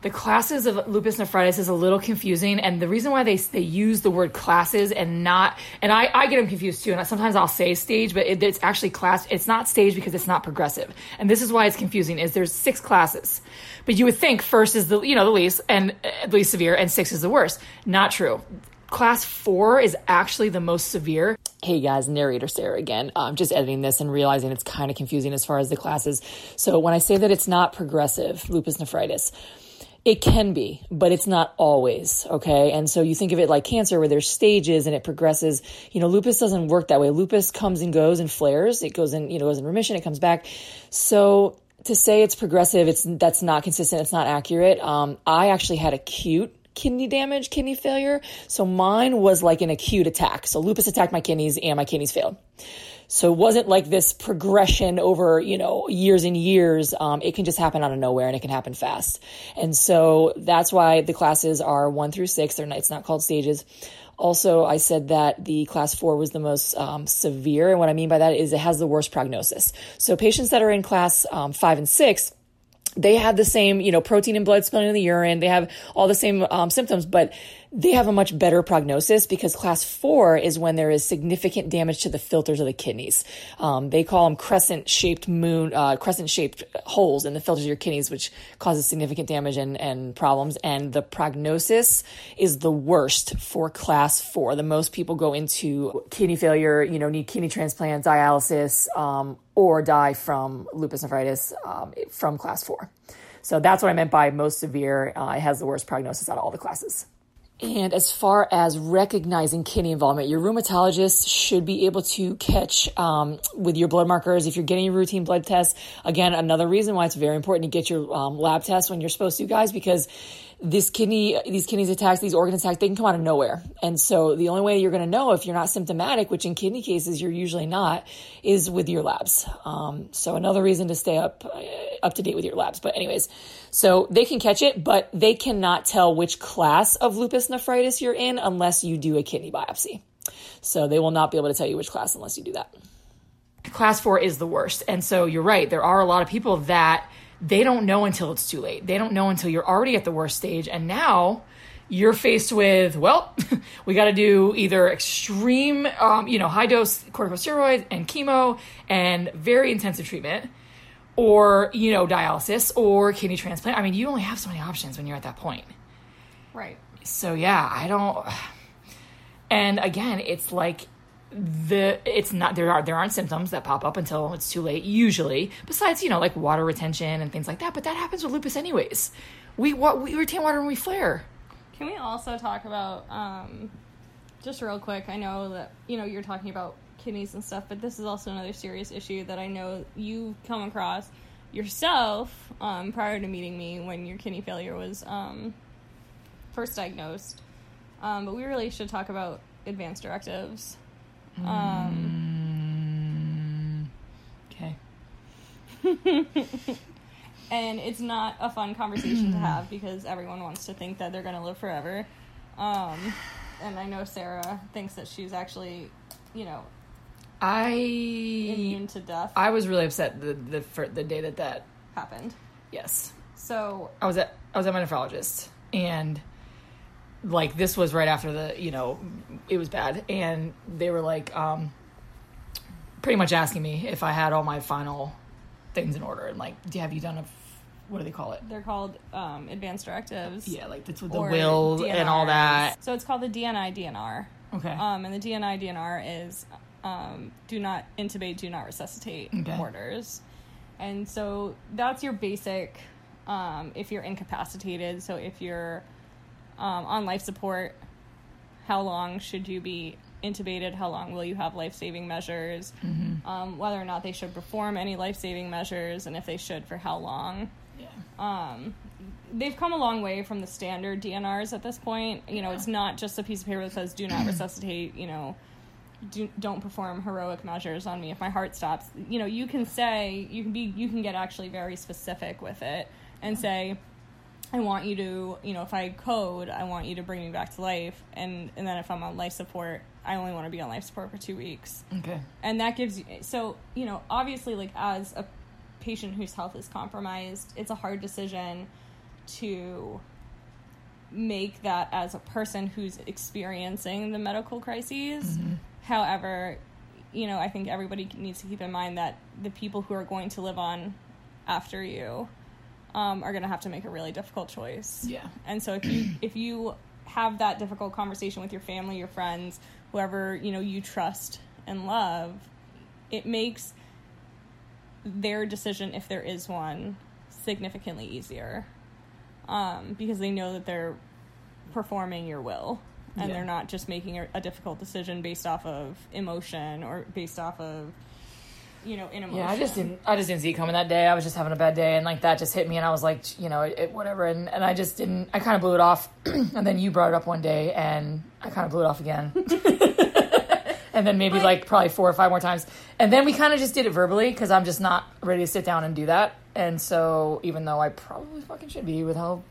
Speaker 2: the classes of lupus nephritis is a little confusing, and the reason why they they use the word classes and not, and I I get them confused too, and I, sometimes I'll say stage, but it, it's actually class. It's not stage because it's not progressive, and this is why it's confusing. Is there's six classes, but you would think first is the you know the least and uh, least severe, and six is the worst. Not true. Class four is actually the most severe. Hey guys, narrator Sarah again. I'm just editing this and realizing it's kind of confusing as far as the classes. So when I say that it's not progressive lupus nephritis, It can be, but it's not always, okay? And so you think of it like cancer where there's stages and it progresses. You know, lupus doesn't work that way. Lupus comes and goes and flares. It goes in, you know, goes in remission, it comes back. So to say it's progressive, it's that's not consistent, it's not accurate. Um, I actually had acute kidney damage, kidney failure. So mine was like an acute attack. So lupus attacked my kidneys and my kidneys failed. So it wasn't like this progression over, you know, years and years. Um, it can just happen out of nowhere and it can happen fast. And so that's why the classes are one through six. They're not, it's not called stages. Also, I said that the class four was the most um, severe. And what I mean by that is it has the worst prognosis. So patients that are in class um, five and six, they have the same, you know, protein in blood, spilling in the urine. They have all the same um, symptoms, but they have a much better prognosis because class four is when there is significant damage to the filters of the kidneys. Um, they call them crescent shaped moon, uh, crescent shaped holes in the filters of your kidneys, which causes significant damage and, and problems. And the prognosis is the worst for class four. The most people go into kidney failure, you know, need kidney transplant, dialysis, um, or die from lupus nephritis um, from class four. So that's what I meant by most severe. Uh, it has the worst prognosis out of all the classes. And as far as recognizing kidney involvement, your rheumatologist should be able to catch um, with your blood markers if you're getting your routine blood tests. Again, another reason why it's very important to get your um, lab tests when you're supposed to, guys, because this kidney, these kidneys attacks, these organ attacks, they can come out of nowhere. And so the only way you're going to know if you're not symptomatic, which in kidney cases you're usually not, is with your labs. Um, so another reason to stay up uh, up to date with your labs. But anyways, so they can catch it, but they cannot tell which class of lupus nephritis you're in unless you do a kidney biopsy. So they will not be able to tell you which class unless you do that. Class four is the worst. And so you're right. There are a lot of people that they don't know until it's too late. They don't know until you're already at the worst stage. And now you're faced with, well, (laughs) we got to do either extreme, um, you know, high dose corticosteroids and chemo and very intensive treatment or, you know, dialysis or kidney transplant. I mean, you only have so many options when you're at that point.
Speaker 1: Right.
Speaker 2: So yeah, I don't. And again, it's like the it's not there are there aren't symptoms that pop up until it's too late usually besides you know like water retention and things like that but that happens with lupus anyways we what we retain water when we flare
Speaker 1: Can we also talk about um, just real quick? I know that you know you're talking about kidneys and stuff, but this is also another serious issue that I know you come across yourself um, prior to meeting me when your kidney failure was um, first diagnosed. Um, but we really should talk about advanced directives. Um,
Speaker 2: okay
Speaker 1: and it's not a fun conversation to have because everyone wants to think that they're going to live forever. Um, and I know Sarah thinks that she's actually, you know,
Speaker 2: i
Speaker 1: immune to death
Speaker 2: i was really upset the the for the day that that
Speaker 1: happened.
Speaker 2: yes
Speaker 1: So
Speaker 2: I was at I was at my nephrologist and like this was right after the you know it was bad and they were like um pretty much asking me if I had all my final things in order and like do have you done a f- what do they call it
Speaker 1: they're called um, advanced directives.
Speaker 2: yeah like that's with the
Speaker 1: or
Speaker 2: will and all that
Speaker 1: DNRs. So it's called the DNI DNR.
Speaker 2: okay
Speaker 1: Um, and the DNI DNR is um, do not intubate, do not resuscitate
Speaker 2: Okay.
Speaker 1: orders. And so that's your basic um, if you're incapacitated. So if you're um, on life support, how long should you be intubated? How long will you have life saving measures?
Speaker 2: Mm-hmm.
Speaker 1: Um, whether or not they should perform any life saving measures, and if they should, for how long
Speaker 2: yeah.
Speaker 1: they've come a long way from the standard DNRs at this point. You know, it's not just a piece of paper that says "do not resuscitate." You know, do, don't perform heroic measures on me if my heart stops. You know, you can say you can be you can get actually very specific with it and say, I want you to you know if I code, I want you to bring me back to life, and and then if I'm on life support, I only want to be on life support for two weeks
Speaker 2: okay
Speaker 1: and that gives you so you know obviously like as a patient whose health is compromised it's a hard decision to make that as a person who's experiencing the medical crises however you know i think everybody needs to keep in mind that the people who are going to live on after you um, are going to have to make a really difficult choice
Speaker 2: yeah
Speaker 1: and so if you if you have that difficult conversation with your family, your friends, whoever, you know, you trust and love, it makes their decision if there is one significantly easier. um, because they know that they're performing your will and
Speaker 2: Yeah.
Speaker 1: they're not just making a, a difficult decision based off of emotion or based off of you know in emotion.
Speaker 2: Yeah, I just didn't. I just didn't see it coming that day. I was just having a bad day, and like that just hit me, and I was like, you know, it, it- whatever. And, and I just didn't. I kind of blew it off, (clears throat) and then you brought it up one day, and I kind of blew it off
Speaker 1: (laughs)
Speaker 2: again, and then maybe like probably four or five more times, and then we kind of just did it verbally because I'm just not ready to sit down and do that. And so, even though I probably fucking should be with how.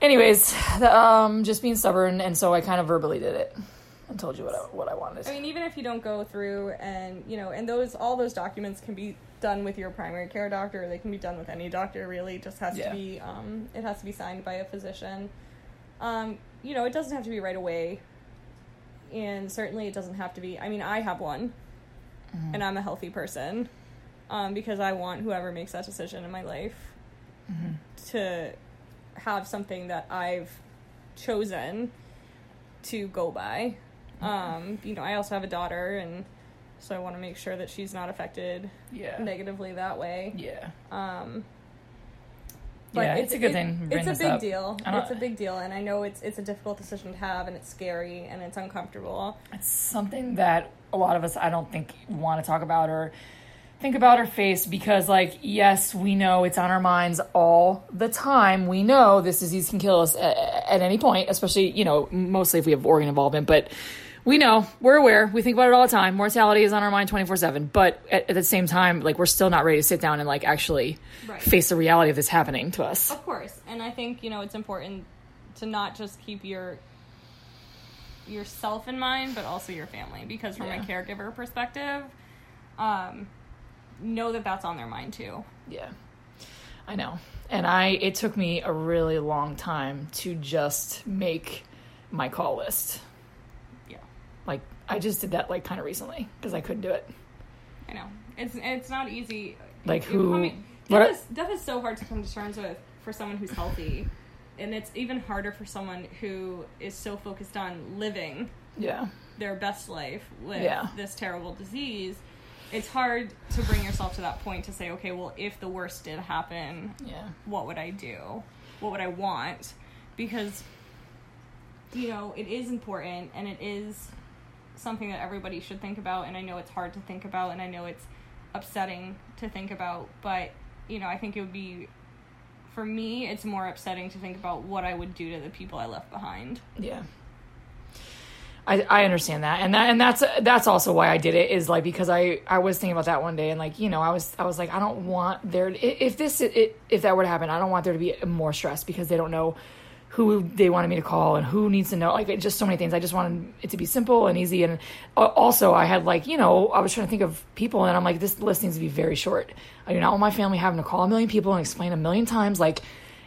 Speaker 2: Anyways, the, um, just being stubborn, and so I kind of verbally did it and told you what I, what I wanted.
Speaker 1: I mean, even if you don't go through and you know, and those all those documents can be done with your primary care doctor. They can be done with any doctor. Really, it just has
Speaker 2: Yeah.
Speaker 1: to be um, it has to be signed by a physician. Um, you know, it doesn't have to be right away, and certainly it doesn't have to be. I mean, I have one,
Speaker 2: Mm-hmm.
Speaker 1: and I'm a healthy person, um, because I want whoever makes that decision in my life
Speaker 2: Mm-hmm.
Speaker 1: to have something that I've chosen to go by.
Speaker 2: Mm-hmm.
Speaker 1: Um, you know, I also have a daughter, and so I want to make sure that she's not affected
Speaker 2: yeah.
Speaker 1: negatively that way.
Speaker 2: Yeah.
Speaker 1: Um,
Speaker 2: yeah, it's, a good
Speaker 1: it-
Speaker 2: thing. you bring
Speaker 1: It's a
Speaker 2: this
Speaker 1: big
Speaker 2: up.
Speaker 1: deal.
Speaker 2: I don't-
Speaker 1: It's a big deal, and I know it's it's a difficult decision to have, and it's scary, and it's uncomfortable.
Speaker 2: It's something that a lot of us, I don't think, want to talk about or think about or face because, like, yes, we know it's on our minds all the time. We know this disease can kill us at, at any point, especially, you know, mostly if we have organ involvement, but. We know, we're aware, we think about it all the time. Mortality is on our mind 24 7. But at, at the same time, like, we're still not ready to sit down and, like, actually
Speaker 1: Right.
Speaker 2: face the reality of this happening to us.
Speaker 1: Of course, and I think you know it's important to not just keep your yourself in mind, but also your family, because from
Speaker 2: Yeah.
Speaker 1: a caregiver perspective, um, know that that's on their mind too.
Speaker 2: Yeah. I know. And I it took me a really long time to just make my call list.
Speaker 1: Yeah,
Speaker 2: Like I just did that like kind of recently because I couldn't do it.
Speaker 1: I know it's it's not easy.
Speaker 2: Like,
Speaker 1: You're
Speaker 2: who-
Speaker 1: coming-
Speaker 2: what
Speaker 1: death
Speaker 2: are-
Speaker 1: is death is so hard to come to terms with for someone who's healthy, and it's even harder for someone who is so focused on living
Speaker 2: Yeah.
Speaker 1: their best life with
Speaker 2: Yeah.
Speaker 1: this terrible disease, it's hard to bring yourself to that point to say, okay, well, if the worst did happen,
Speaker 2: Yeah.
Speaker 1: what would I do? What would I want? Because, you know, it is important and it is something that everybody should think about. And I know it's hard to think about and I know it's upsetting to think about, but, you know, I think it would be. For me, it's more upsetting to think about what I would do to the people I left behind.
Speaker 2: Yeah. I, I understand that and that and that's that's also why I did it is like because I I was thinking about that one day and like you know I was I was like I don't want there i- if this it, if that were to happen I don't want there to be more stress because they don't know who they wanted me to call and who needs to know like it- just so many things I just wanted it to be simple and easy and a- also I had like you know I was trying to think of people and I'm like this list needs to be very short I do not want my family having to call a million people and explain a million times like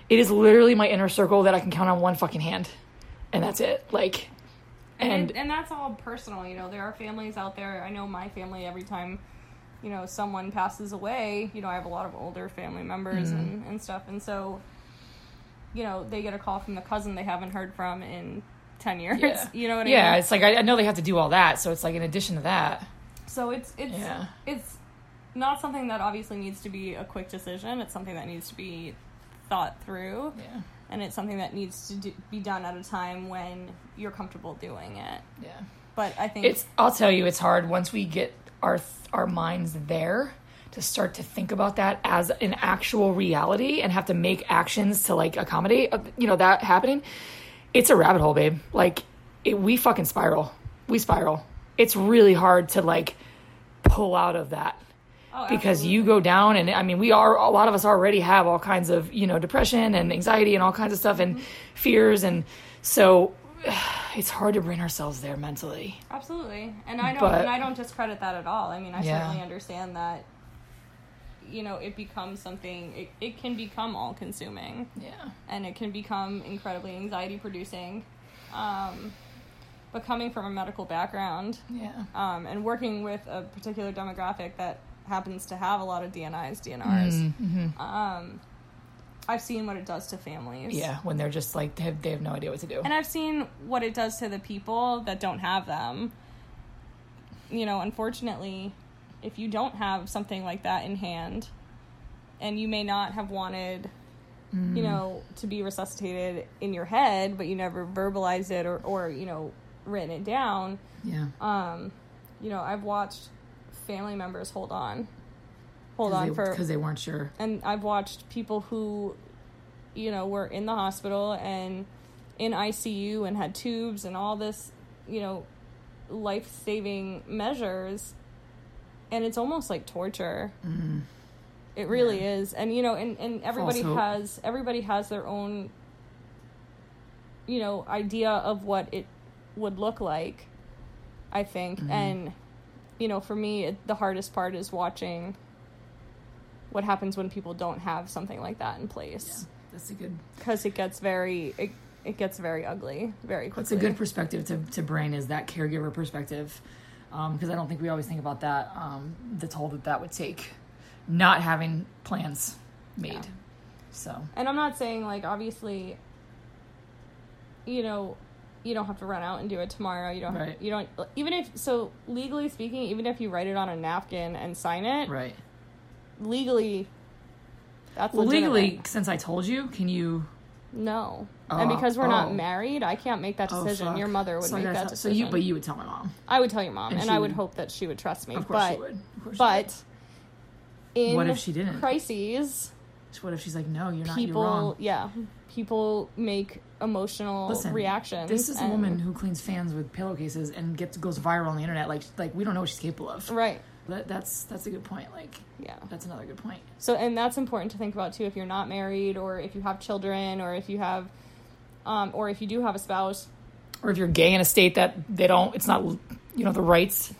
Speaker 2: it is literally my inner circle that I can count on one fucking hand and that's it like
Speaker 1: and,
Speaker 2: and
Speaker 1: and that's all personal you know there are families out there i know my family every time you know someone passes away you know i have a lot of older family members
Speaker 2: Mm-hmm.
Speaker 1: and, and stuff and so you know they get a call from the cousin they haven't heard from in 10 years
Speaker 2: yeah.
Speaker 1: (laughs) you know what i
Speaker 2: yeah,
Speaker 1: mean
Speaker 2: it's like I, I know they have to do all that, so it's like in addition to that,
Speaker 1: so it's it's
Speaker 2: Yeah.
Speaker 1: it's not something that obviously needs to be a quick decision it's something that needs to be thought through
Speaker 2: yeah,
Speaker 1: and it's something that needs to do, be done at a time when you're comfortable doing it
Speaker 2: yeah.
Speaker 1: but i think
Speaker 2: It's I'll tell you, it's hard once we get our our minds there to start to think about that as an actual reality and have to make actions to like accommodate uh, you know that happening. It's a rabbit hole, babe. Like it, we fucking spiral. We spiral. It's really hard to like pull out of that.
Speaker 1: oh,
Speaker 2: because
Speaker 1: absolutely.
Speaker 2: you go down and i mean we are a lot of us already have all kinds of you know depression and anxiety and all kinds of stuff and fears and so (sighs) it's hard to bring ourselves there mentally
Speaker 1: Absolutely, and I don't
Speaker 2: But-
Speaker 1: and I don't discredit that at all. I mean, I
Speaker 2: Yeah.
Speaker 1: certainly understand that. You know, it becomes something. It it can become all consuming,
Speaker 2: yeah
Speaker 1: and it can become incredibly anxiety producing. Um, but coming from a medical background
Speaker 2: yeah
Speaker 1: um, and working with a particular demographic that happens to have a lot of DNIs, DNRs,
Speaker 2: Mm-hmm.
Speaker 1: um, I've seen what it does to families.
Speaker 2: yeah when they're just like they have, they have no idea what to do
Speaker 1: And I've seen what it does to the people that don't have them. You know, unfortunately, if you don't have something like that in hand, and you may not have wanted
Speaker 2: Mm.
Speaker 1: you know, to be resuscitated in your head, but you never verbalized it or, or you know, written it down.
Speaker 2: Yeah.
Speaker 1: Um, you know, I've watched family members hold on, hold on for
Speaker 2: Because they weren't sure.
Speaker 1: and I've watched people who, you know, were in the hospital and in ICU and had tubes and all this, you know, life saving measures. And it's almost like torture. It really is. And, you know, and, and everybody
Speaker 2: Mm-hmm. hope.
Speaker 1: has, everybody has their own, you know, idea of what it would look like, I think.
Speaker 2: Mm-hmm.
Speaker 1: And, you know, for me, it, the hardest part is watching what happens when people don't have something like that in place
Speaker 2: That's a good.
Speaker 1: because it gets very it, it gets very ugly very quickly.
Speaker 2: That's a good perspective to to bring is that caregiver perspective, because I don't think we always think about that. Um, the toll that that would take, not having plans made. So
Speaker 1: And I'm not saying like obviously, you know, you don't have to run out and do it tomorrow. You don't.
Speaker 2: Right.
Speaker 1: Have, you don't. Even if so, legally speaking, even if you write it on a napkin and sign it,
Speaker 2: right.
Speaker 1: legally, that's
Speaker 2: Well,
Speaker 1: legitimate.
Speaker 2: legally, since I told you, can you?
Speaker 1: no. and
Speaker 2: Oh,
Speaker 1: because we're
Speaker 2: oh.
Speaker 1: not married, I can't make that
Speaker 2: oh,
Speaker 1: decision.
Speaker 2: fuck.
Speaker 1: Your mother would
Speaker 2: So I
Speaker 1: make
Speaker 2: gotta
Speaker 1: that
Speaker 2: tell-
Speaker 1: decision.
Speaker 2: So you, but you would tell my mom.
Speaker 1: I would tell your mom,
Speaker 2: And she
Speaker 1: and, I
Speaker 2: would-
Speaker 1: would hope that she would trust me.
Speaker 2: Of course
Speaker 1: but
Speaker 2: you would. Of course you
Speaker 1: But in
Speaker 2: What if she didn't?
Speaker 1: crises,
Speaker 2: would. what if she's like, no, you're not. you're
Speaker 1: people,
Speaker 2: wrong.
Speaker 1: yeah, people make emotional
Speaker 2: Listen,
Speaker 1: reactions.
Speaker 2: This is a
Speaker 1: and-
Speaker 2: woman who cleans fans with pillowcases and gets goes viral on the internet. Like, like we don't know what she's capable of.
Speaker 1: right?
Speaker 2: That, that's that's a good point. Like,
Speaker 1: Yeah.
Speaker 2: that's another good point.
Speaker 1: So, and that's important to think about too. If you're not married, or if you have children, or if you have, um, or if you do have a spouse,
Speaker 2: Or if you're gay in a state that they don't, it's not you know the rights.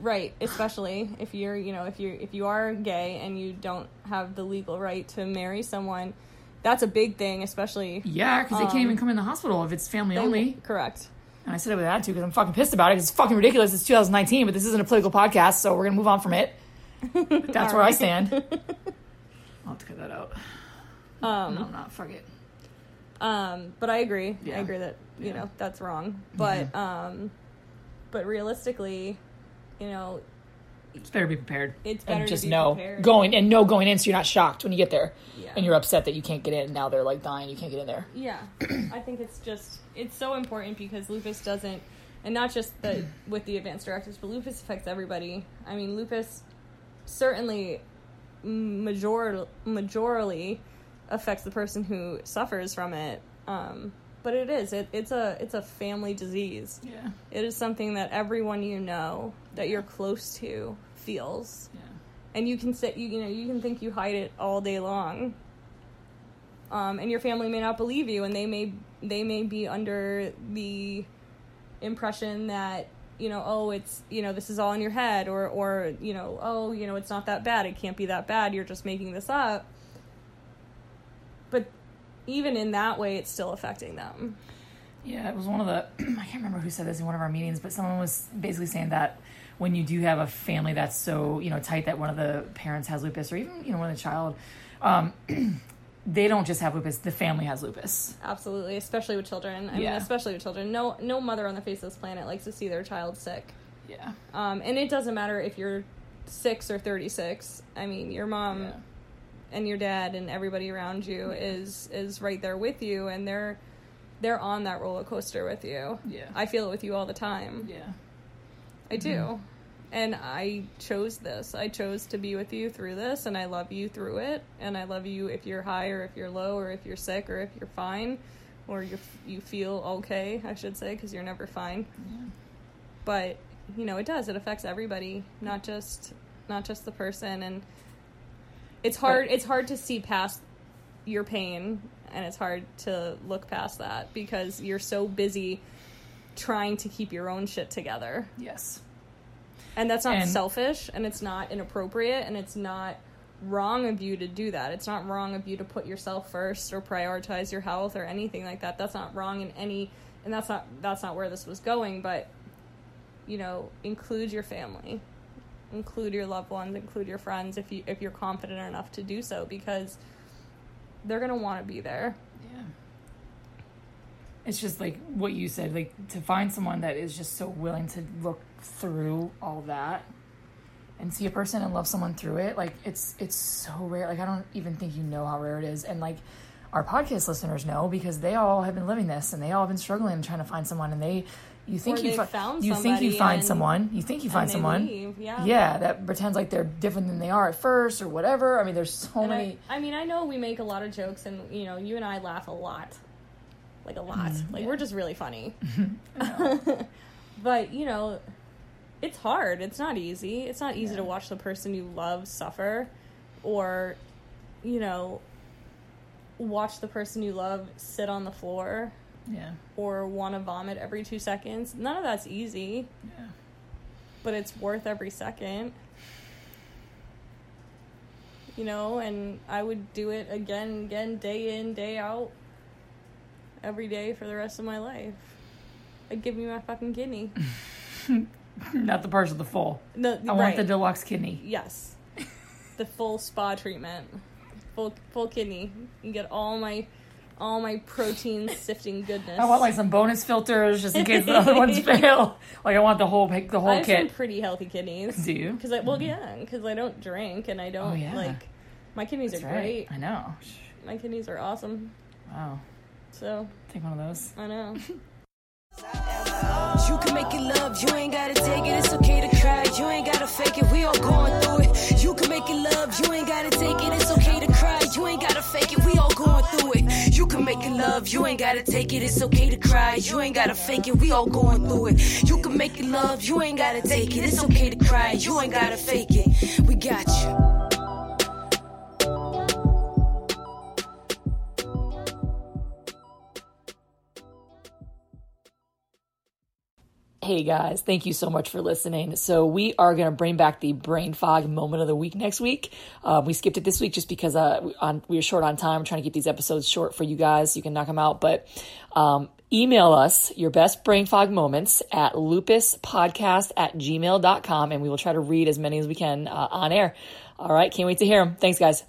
Speaker 1: right? Especially if you're, you know, if you're if you are gay and you don't have the legal right to marry someone, that's a big thing, especially.
Speaker 2: Yeah, because
Speaker 1: Um,
Speaker 2: they can't even come in the hospital if it's family only.
Speaker 1: Correct.
Speaker 2: And I said it with attitude because I'm fucking pissed about it. 'cause It's fucking ridiculous. It's 2019, but this isn't a political podcast, so we're gonna move on from
Speaker 1: (laughs)
Speaker 2: it. But that's where I stand. I'll have to cut that out. Um, no, I'm not. Fuck it.
Speaker 1: Um, but I agree.
Speaker 2: Yeah.
Speaker 1: I agree that you
Speaker 2: Yeah.
Speaker 1: know that's wrong. But um, but realistically, you know,
Speaker 2: It's better to be prepared.
Speaker 1: It's better
Speaker 2: and
Speaker 1: to
Speaker 2: just
Speaker 1: be
Speaker 2: know
Speaker 1: prepared.
Speaker 2: going and know going in, so you're not shocked when you get there,
Speaker 1: Yeah.
Speaker 2: and you're upset that you can't get in. And now they're like dying, you can't get in there.
Speaker 1: yeah, I think it's just it's so important because lupus doesn't, and not just the with the advanced directives, but lupus affects everybody. I mean, lupus certainly major majorly affects the person who suffers from it. Um, but it is it, it's a it's a family disease.
Speaker 2: Yeah,
Speaker 1: It is something that everyone you know that you're close to feels.
Speaker 2: yeah.
Speaker 1: and you can sit you, you know you can think you hide it all day long um, and your family may not believe you and they may they may be under the impression that you know oh it's you know this is all in your head or or you know oh you know it's not that bad it can't be that bad you're just making this up but even in that way it's still affecting them
Speaker 2: Yeah, it was one of the (clears throat) I can't remember who said this in one of our meetings, but someone was basically saying that when you do have a family that's so you know tight that one of the parents has lupus or even you know one of the child, um, (clears throat) they don't just have lupus; the family has lupus.
Speaker 1: absolutely especially with children i
Speaker 2: Yeah.
Speaker 1: mean especially with children no no mother on the face of this planet likes to see their child sick
Speaker 2: Yeah,
Speaker 1: Um, and it doesn't matter if you're six or 36. I mean, your mom
Speaker 2: yeah, Mm-hmm.
Speaker 1: and your dad and everybody around you is is right there with you, and they're they're on that roller coaster with you.
Speaker 2: Yeah.
Speaker 1: I feel it with you all the time.
Speaker 2: yeah.
Speaker 1: I do. And I chose this. I chose to be with you through this, and I love you through it. And I love you if you're high or if you're low or if you're sick or if you're fine or you you feel okay, I should say, because you're never fine. But you know, it does. It affects everybody, not just not just the person. And it's hard. It's hard to see past your pain, and it's hard to look past that because you're so busy trying to keep your own shit together
Speaker 2: Yes,
Speaker 1: and that's not
Speaker 2: And-
Speaker 1: selfish and it's not inappropriate and it's not wrong of you to do that it's not wrong of you to put yourself first or prioritize your health or anything like that that's not wrong in any and that's not that's not where this was going but you know include your family include your loved ones include your friends if you if you're confident enough to do so because they're going to want to be there
Speaker 2: yeah. It's just like what you said, like to find someone that is just so willing to look through all that and see a person and love someone through it like it's it's so rare like i don't even think you know how rare it is and like our podcast listeners know because they all have been living this and they all have been struggling and trying to find someone and they you think
Speaker 1: Or
Speaker 2: you
Speaker 1: they
Speaker 2: fi-
Speaker 1: found
Speaker 2: you think you
Speaker 1: somebody
Speaker 2: find
Speaker 1: and-
Speaker 2: someone you think you find
Speaker 1: they
Speaker 2: someone
Speaker 1: leave, yeah.
Speaker 2: that pretends like they're different than they are at first or whatever I mean there's so
Speaker 1: And
Speaker 2: many
Speaker 1: I, I mean, I know we make a lot of jokes, and you know, you and I laugh a lot, like a lot.
Speaker 2: Mm-hmm.
Speaker 1: like we're just
Speaker 2: (laughs)
Speaker 1: really funny. (laughs) but you know, it's hard. It's not easy. It's not easy to watch the person you love suffer, or you know, watch the person you love sit on the floor
Speaker 2: yeah (clears throat)
Speaker 1: or want to vomit every two seconds. None of that's easy,
Speaker 2: yeah
Speaker 1: but it's worth every second. You know, and I would do it again and again, day in, day out, every day for the rest of my life. Like, give me my fucking
Speaker 2: (laughs)
Speaker 1: kidney.
Speaker 2: not the parts of the full I
Speaker 1: No, right.
Speaker 2: want the deluxe kidney
Speaker 1: yes. the full spa treatment. Full, full kidney. You get all my, all my protein sifting goodness.
Speaker 2: I want like some bonus filters just in case the other
Speaker 1: (laughs)
Speaker 2: ones fail like I want the whole pic- the whole
Speaker 1: I have
Speaker 2: kit
Speaker 1: some pretty healthy kidneys.
Speaker 2: do you
Speaker 1: Because I well yeah, because I don't drink and I
Speaker 2: Mm.
Speaker 1: don't
Speaker 2: Oh, yeah.
Speaker 1: like my kidneys
Speaker 2: that's
Speaker 1: are
Speaker 2: right
Speaker 1: great.
Speaker 2: I know
Speaker 1: My kidneys are awesome.
Speaker 2: wow
Speaker 1: So
Speaker 2: take one of those
Speaker 1: I know.
Speaker 4: You can make it love, you ain't gotta take it. It's okay to cry, you ain't gotta fake it. We all going through it. You can make it love, you ain't gotta take it. It's okay to cry, you ain't gotta fake it. We all going through it. You can make it love, you ain't gotta take it. It's okay to cry, you ain't gotta fake it. We all going through it. You can make it love, you ain't gotta take it. It's okay to cry, you ain't gotta fake it. We got you.
Speaker 5: Hey guys, thank you so much for listening. So we are going to bring back the brain fog moment of the week next week. Uh, we skipped it this week just because uh, we, on, we were short on time. We're trying to keep these episodes short for you guys. so You can knock them out, but um, email us your best brain fog moments at lupuspodcast at gmail.com and we will try to read as many as we can uh, on air. All right. Can't wait to hear them. Thanks guys.